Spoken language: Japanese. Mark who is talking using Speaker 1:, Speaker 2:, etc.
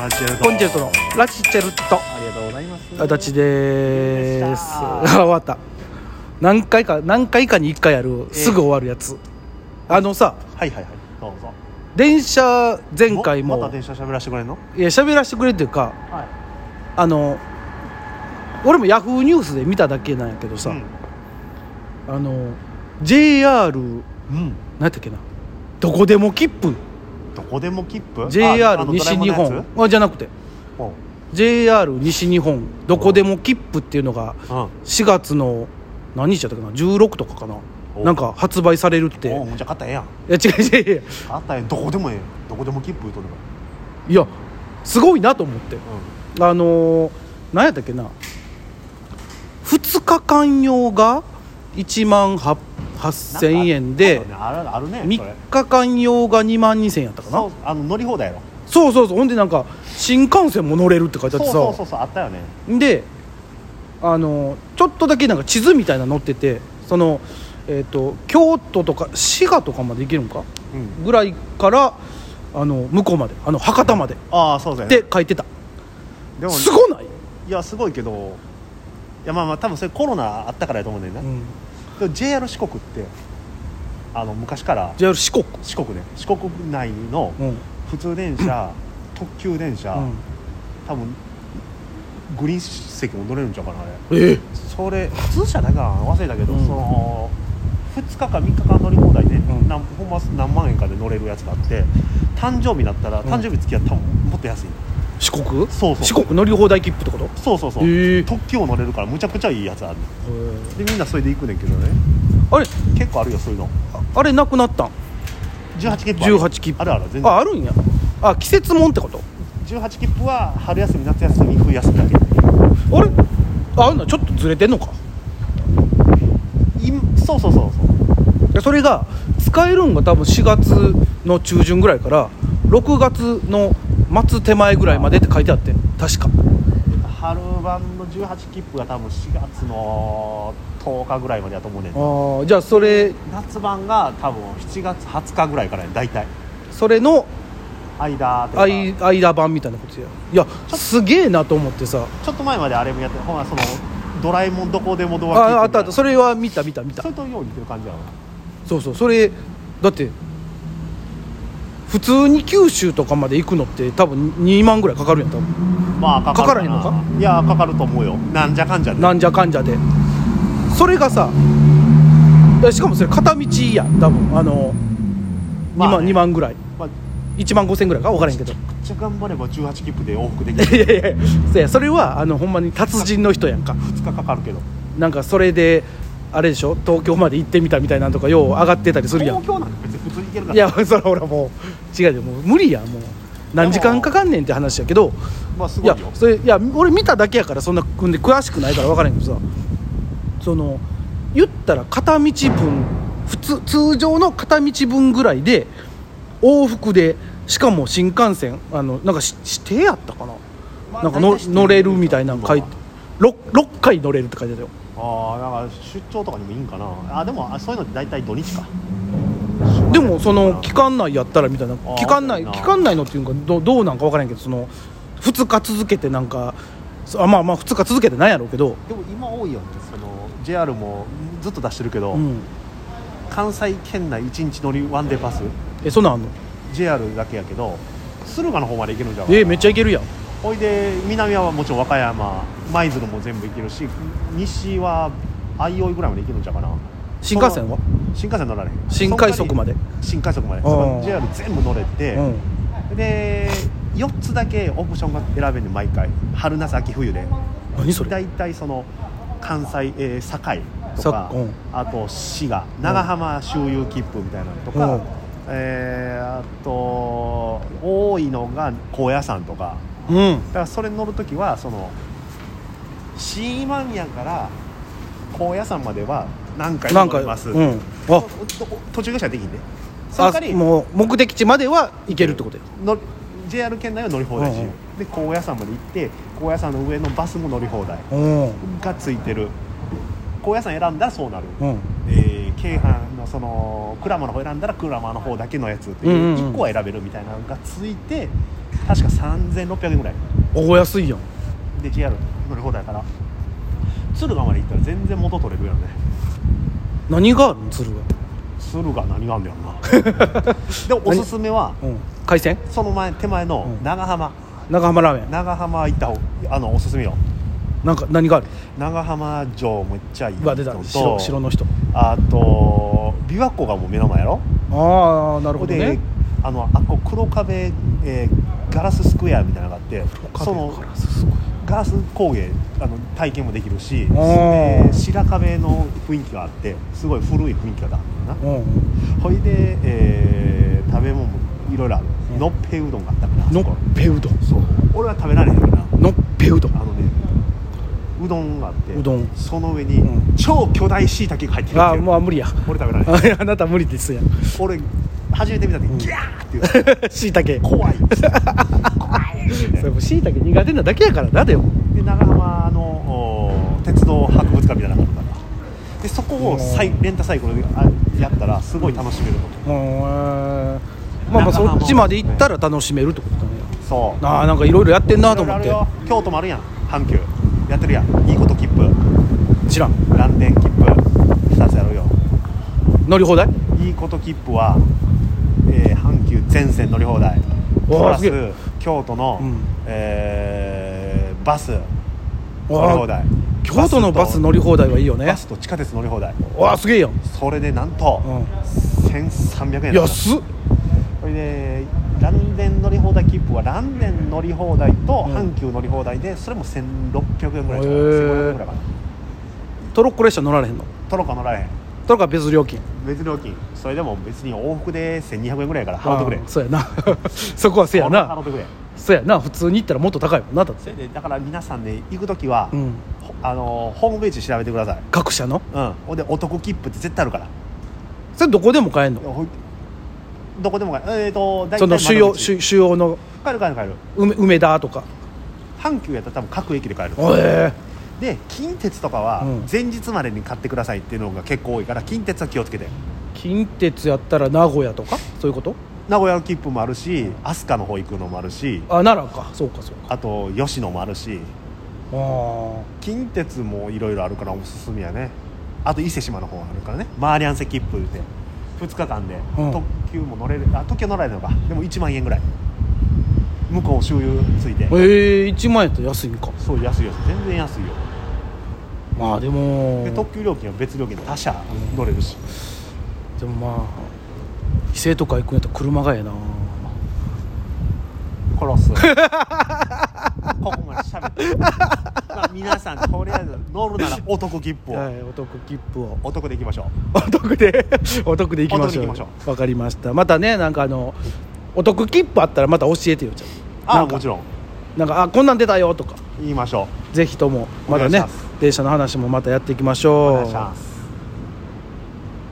Speaker 1: ラチェルト
Speaker 2: コンチェルトのラチチェルト
Speaker 1: ありがとうございます
Speaker 2: 足で
Speaker 1: で
Speaker 2: ー
Speaker 1: し
Speaker 2: す
Speaker 1: た
Speaker 2: 終わった何回か何回かに1回ある
Speaker 1: え
Speaker 2: すぐ終わるやつ、あのさ
Speaker 1: はいはいはいどうぞ
Speaker 2: 電車前回
Speaker 1: ま
Speaker 2: も、
Speaker 1: また電車喋らせてくれんの
Speaker 2: いや喋らせてくれっていうか
Speaker 1: はい
Speaker 2: あの俺もヤフーニュースで見ただけなんやけどさ、
Speaker 1: うん
Speaker 2: あの JR
Speaker 1: うん
Speaker 2: 何やったっけなどこでも切符
Speaker 1: どこでも切符
Speaker 2: JR 西日
Speaker 1: ああのドラえもんのや
Speaker 2: 本あじゃなくて
Speaker 1: つおう
Speaker 2: JR 西日本どこでも切符っていうのが4月の何日やったかな16とかかな
Speaker 1: お
Speaker 2: なんか発売されるって
Speaker 1: うんおうもうじゃあ買ったらええやん
Speaker 2: いや違う違う違う
Speaker 1: 買ったらええどこでもええよどこでも切符取れば
Speaker 2: いやすごいなと思ってあのー、何やったっけな2日間用が1万8000円で
Speaker 1: なんかあるあるねそれ
Speaker 2: 3日間用が2万2000円やったかな
Speaker 1: そうあの乗り放題やろ
Speaker 2: そうそうそうほんでなんか新幹線も乗れるって書いてあ
Speaker 1: そ
Speaker 2: っ
Speaker 1: う
Speaker 2: てさ
Speaker 1: そうそうそうあったよね
Speaker 2: であのちょっとだけなんか地図みたいなの載っててその、えー、と京都とか滋賀とかまで行けるんか
Speaker 1: うん
Speaker 2: ぐらいからあの向こうまであの博多までっ
Speaker 1: ああそうだよね
Speaker 2: て書いてた
Speaker 1: でも
Speaker 2: すごない、
Speaker 1: いやすごいけどいやまあまあ多分それコロナあったからやと思うねんだ
Speaker 2: う
Speaker 1: よね、
Speaker 2: ん、
Speaker 1: でも JR 四国ってあの昔から
Speaker 2: JR 四国、
Speaker 1: 四国ね四国内の
Speaker 2: うん
Speaker 1: 普通電車、特急電車、
Speaker 2: うん、
Speaker 1: 多分グリーン席も乗れるんちゃうかなあれ
Speaker 2: え
Speaker 1: それ普通車だけは忘れたけど、
Speaker 2: うん
Speaker 1: その2日か3日間乗り放題で、
Speaker 2: ん
Speaker 1: なんほんま何万円かで乗れるやつがあって誕生日になったら
Speaker 2: うん
Speaker 1: 誕生日付き合ったらもっと安い、
Speaker 2: 四国
Speaker 1: そうそう
Speaker 2: 四国乗り放題切符ってこと
Speaker 1: そうそうそう、
Speaker 2: へえ
Speaker 1: 特急を乗れるからむちゃくちゃいいやつあるでみんなそれで行くねんけどね
Speaker 2: あれ
Speaker 1: 結構あるよそういうの
Speaker 2: あれなくなったん
Speaker 1: 18切符ある
Speaker 2: 18切符
Speaker 1: あるある全然
Speaker 2: ああるんやあ季節もんってこと
Speaker 1: 18切符は春休み夏休み冬休みだけ
Speaker 2: あれああんなちょっとずれてんのか
Speaker 1: 今そうそうそうそう
Speaker 2: でそれが使えるんが多分4月の中旬ぐらいから6月の末手前ぐらいまでって書いてあって確か
Speaker 1: 春版の18切符が多分4月の10日ぐらいまでだと思うねんな
Speaker 2: ああじゃあそれ
Speaker 1: 夏版が多分7月20日ぐらいからや大体
Speaker 2: それの
Speaker 1: 間とか
Speaker 2: あい間版みたいなことやいやすげえなと思ってさ
Speaker 1: ちょっと前まであれもやってほらそのドラえもんどこでもド
Speaker 2: あ
Speaker 1: ア
Speaker 2: ああったあったそ
Speaker 1: れ
Speaker 2: れは見た見た見た
Speaker 1: それとよう似てる感じやろ
Speaker 2: そうそうそれだって普通に九州とかまで行くのって多分2万ぐらいかかるやん多分
Speaker 1: まあかかる
Speaker 2: かからへんの
Speaker 1: かいやかかると思うよなんじゃかんじゃで
Speaker 2: なんじゃかんじゃでそれがさしかもそれ片道やん多分あの2
Speaker 1: まあ
Speaker 2: 万,、
Speaker 1: ね
Speaker 2: 2万ぐらい
Speaker 1: まあ
Speaker 2: 1万5000ぐらいか分からへんけど い
Speaker 1: めっちゃ頑張れば18切符で往復できる
Speaker 2: やいやいやそやそれはあのほんまに達人の人やんか
Speaker 1: 2日かかるけど
Speaker 2: なんかそれであれでしょ東京まで行ってみたみたいなんとかよう上がってたりするやん
Speaker 1: 東京なんか別に普通に行ける から
Speaker 2: いやそらほらもう違うよもう無理やんもう何時間かかんねんって話やけど
Speaker 1: まあす
Speaker 2: い
Speaker 1: ごい
Speaker 2: や
Speaker 1: よ
Speaker 2: それいや俺見ただけやからそんな組んで詳しくないから分からへんけどさその言ったら片道分普通通常の片道分ぐらいで往復でしかも新幹線あのなんかし指定やったかな、
Speaker 1: まあ
Speaker 2: なんかの
Speaker 1: 大体指定
Speaker 2: 乗れるみたいなの書いて
Speaker 1: 今
Speaker 2: 6, 6回乗れるって書いてたよ
Speaker 1: ああなんか出張とかにもいいんかなあでもあそういうの大体土日か
Speaker 2: でもその期間内やったらみたいな
Speaker 1: あー
Speaker 2: 期間
Speaker 1: そ
Speaker 2: 内
Speaker 1: うやな
Speaker 2: 期間内のっていうかどどうなんか分からへんけどその2日続けてなんかそあまあまあ2日続けてないやろうけど、
Speaker 1: でも今多いよねその JR もずっと出してるけど、
Speaker 2: うん、
Speaker 1: 関西圏内1日乗りワンデーパス
Speaker 2: えそんなんあんの
Speaker 1: JR だけやけど駿河の方まで行けるんじゃん
Speaker 2: えめっちゃいけるやん
Speaker 1: ほいで南はもちろん和歌山舞鶴も全部行けるし西は相生ぐらいまで行けるんじゃうかな
Speaker 2: 新幹線は
Speaker 1: その新幹線乗られへん
Speaker 2: 新快速まで
Speaker 1: そんなに新快速まで
Speaker 2: ん
Speaker 1: その JR 全部乗れて、
Speaker 2: うん
Speaker 1: で4つだけオプションが選べる毎回春夏秋冬で
Speaker 2: 何それ
Speaker 1: 大体その関西、えー堺と
Speaker 2: さ
Speaker 1: か、
Speaker 2: うん
Speaker 1: あと滋賀長浜周遊切符みたいなのとか、
Speaker 2: うん
Speaker 1: えーあと多いのが高野山とか
Speaker 2: うん
Speaker 1: だからそれに乗る時はそのシーマニアから高野山までは何回
Speaker 2: な
Speaker 1: も
Speaker 2: ん
Speaker 1: 乗
Speaker 2: か
Speaker 1: ります、
Speaker 2: うん
Speaker 1: と
Speaker 2: あ
Speaker 1: 途中下車できんで、その
Speaker 2: あ
Speaker 1: 代わり
Speaker 2: もう目的地までは行けるってことや
Speaker 1: の JR 県内は乗り放題し、
Speaker 2: うんうん
Speaker 1: で高野山まで行って高野山の上のバスも乗り放題
Speaker 2: うん
Speaker 1: がついてる高野山選んだらそうなる、
Speaker 2: うん
Speaker 1: えー京阪のその鞍馬の方選んだら鞍馬の方だけのやつって
Speaker 2: うん
Speaker 1: いう
Speaker 2: うんうん
Speaker 1: 1個は選べるみたいなのがついて、確か3600円ぐらい
Speaker 2: お安いやん
Speaker 1: で JR 乗り放題やから敦賀まで行ったら全然元取れるよね
Speaker 2: 何があるの鶴が、
Speaker 1: 敦賀何があんだよな でもおすすめは
Speaker 2: うん、海鮮
Speaker 1: その前手前の
Speaker 2: うん
Speaker 1: 長浜、
Speaker 2: 長浜ラーメン
Speaker 1: 長浜行った方あのおすすめよ
Speaker 2: なんか何がある
Speaker 1: 長浜城めっちゃいいの
Speaker 2: うわ出た白白の人
Speaker 1: あと琵琶湖がもう目の前やろ
Speaker 2: ああなる
Speaker 1: ここ
Speaker 2: ほど
Speaker 1: で、
Speaker 2: ね
Speaker 1: あのあっこ黒壁、えーガラススクエアみたいなのがあってその
Speaker 2: カラスすごい
Speaker 1: ガラス工芸あの体験もできるし
Speaker 2: あー
Speaker 1: で白壁の雰囲気があってすごい古い雰囲気があるんだよ
Speaker 2: うん
Speaker 1: なほいで、えー食べ物もいろいろある
Speaker 2: うん
Speaker 1: のっぺうどんがあったから
Speaker 2: のっぺうどん
Speaker 1: そう俺は食べられへんから
Speaker 2: のっぺうどん
Speaker 1: あのねうどんがあって
Speaker 2: うどん
Speaker 1: その上に、
Speaker 2: うん
Speaker 1: 超巨大しいたけが入ってるっていう
Speaker 2: ああもう無理や
Speaker 1: 俺食べられへん
Speaker 2: あ あなた無理ですやん
Speaker 1: 俺初めて見た時、ギャーって言う
Speaker 2: しいたけ
Speaker 1: 怖い怖いみたい
Speaker 2: そ
Speaker 1: な
Speaker 2: れもしいたけ苦手なだけやからなでも
Speaker 1: で長浜のおー鉄道博物館みたいなのがあるからでそこをサイレンタサイクルであやったらすごい楽しめるの、
Speaker 2: まあまあ
Speaker 1: 長浜
Speaker 2: そ
Speaker 1: も
Speaker 2: っちまで行ったら楽しめるってことだね
Speaker 1: そう
Speaker 2: ああなんかいろいろやってんなと思っ
Speaker 1: い
Speaker 2: て
Speaker 1: ろいろあるよ京都もあるやん阪急やってるやんいいこと切符
Speaker 2: 知らん
Speaker 1: 蘭電切符2つやろうよ
Speaker 2: 乗り放題
Speaker 1: いいこと切符は、えー阪急全線乗り放題
Speaker 2: おー
Speaker 1: プラス
Speaker 2: すげえ
Speaker 1: 京都の、
Speaker 2: うん
Speaker 1: えーバス
Speaker 2: お
Speaker 1: 乗り放題
Speaker 2: 京都のバス
Speaker 1: と
Speaker 2: 乗り放題はいいよね
Speaker 1: バスと地下鉄乗り放題
Speaker 2: わあすげえやん
Speaker 1: それでなんと、
Speaker 2: うん
Speaker 1: 1300円だった
Speaker 2: 安っ
Speaker 1: これで蘭電乗り放題切符は蘭電乗り放題と
Speaker 2: うん
Speaker 1: 阪急乗り放題でそれも1600円ぐらい
Speaker 2: へ
Speaker 1: じゃない1500円
Speaker 2: ー
Speaker 1: ぐらいかな
Speaker 2: トロッコ列車乗られへんの
Speaker 1: トロッコ乗られへん
Speaker 2: トロッコは別料金
Speaker 1: 別料金それでも別に往復で1200円ぐらいやから払ってくれ
Speaker 2: ああそうやな そこはせや
Speaker 1: 払っ
Speaker 2: な
Speaker 1: てくれ
Speaker 2: そうやな普通に行ったらもっと高いもんなだって
Speaker 1: それでだから皆さんね行く時は、
Speaker 2: うん
Speaker 1: ほあのーホームページ調べてください
Speaker 2: 各社の
Speaker 1: うんほんでお得切符って絶対あるから
Speaker 2: それどこでも買えんの
Speaker 1: ほいどこでもかえー、と大体
Speaker 2: その主
Speaker 1: 窓
Speaker 2: 要
Speaker 1: 口
Speaker 2: 主主要の
Speaker 1: 買える買える買える
Speaker 2: 梅梅田とか
Speaker 1: 阪急やったら多分各駅で買える
Speaker 2: え
Speaker 1: で近鉄とかは
Speaker 2: うん
Speaker 1: 前日までに買ってくださいっていうのが結構多いから近鉄は気をつけて
Speaker 2: 近鉄やったら名古屋とかそういうこと
Speaker 1: 名古屋の切符もあるし飛鳥の方行くのもあるし
Speaker 2: あ奈良かそうかそうか
Speaker 1: あと吉野もあるし
Speaker 2: あ
Speaker 1: 近鉄もいろいろあるからおすすめやねあと伊勢志摩の方あるからねマーリアンセ切符って2日間で
Speaker 2: うん
Speaker 1: 特急も乗れる、あ特急乗られるのかでも1万円ぐらい向こう周遊ついて
Speaker 2: あええ1万円と安いんか
Speaker 1: そう安いよ全然安いよ
Speaker 2: まあでも
Speaker 1: で特急料金は別料金で他社乗れる し
Speaker 2: でもまあ伊勢とか行くんやったら車がええな
Speaker 1: 殺す ここまで喋ってまあ皆さんとりあえず乗るならお得切符を、
Speaker 2: はいお得切符を
Speaker 1: お得でいきましょ
Speaker 2: お得で お得で行きまし
Speaker 1: お得で
Speaker 2: ょ
Speaker 1: 行きましょ
Speaker 2: うわかりましたまたねなんかあのお得切符あったらまた教えてよじゃ
Speaker 1: うあ
Speaker 2: な
Speaker 1: あ
Speaker 2: んか
Speaker 1: もちろん
Speaker 2: あなんかあこんなん出たよとか
Speaker 1: 言いましょ
Speaker 2: ぜひともまた
Speaker 1: お願いし
Speaker 2: ね
Speaker 1: ます
Speaker 2: 電車の話もまたやっていきましょう
Speaker 1: お願いします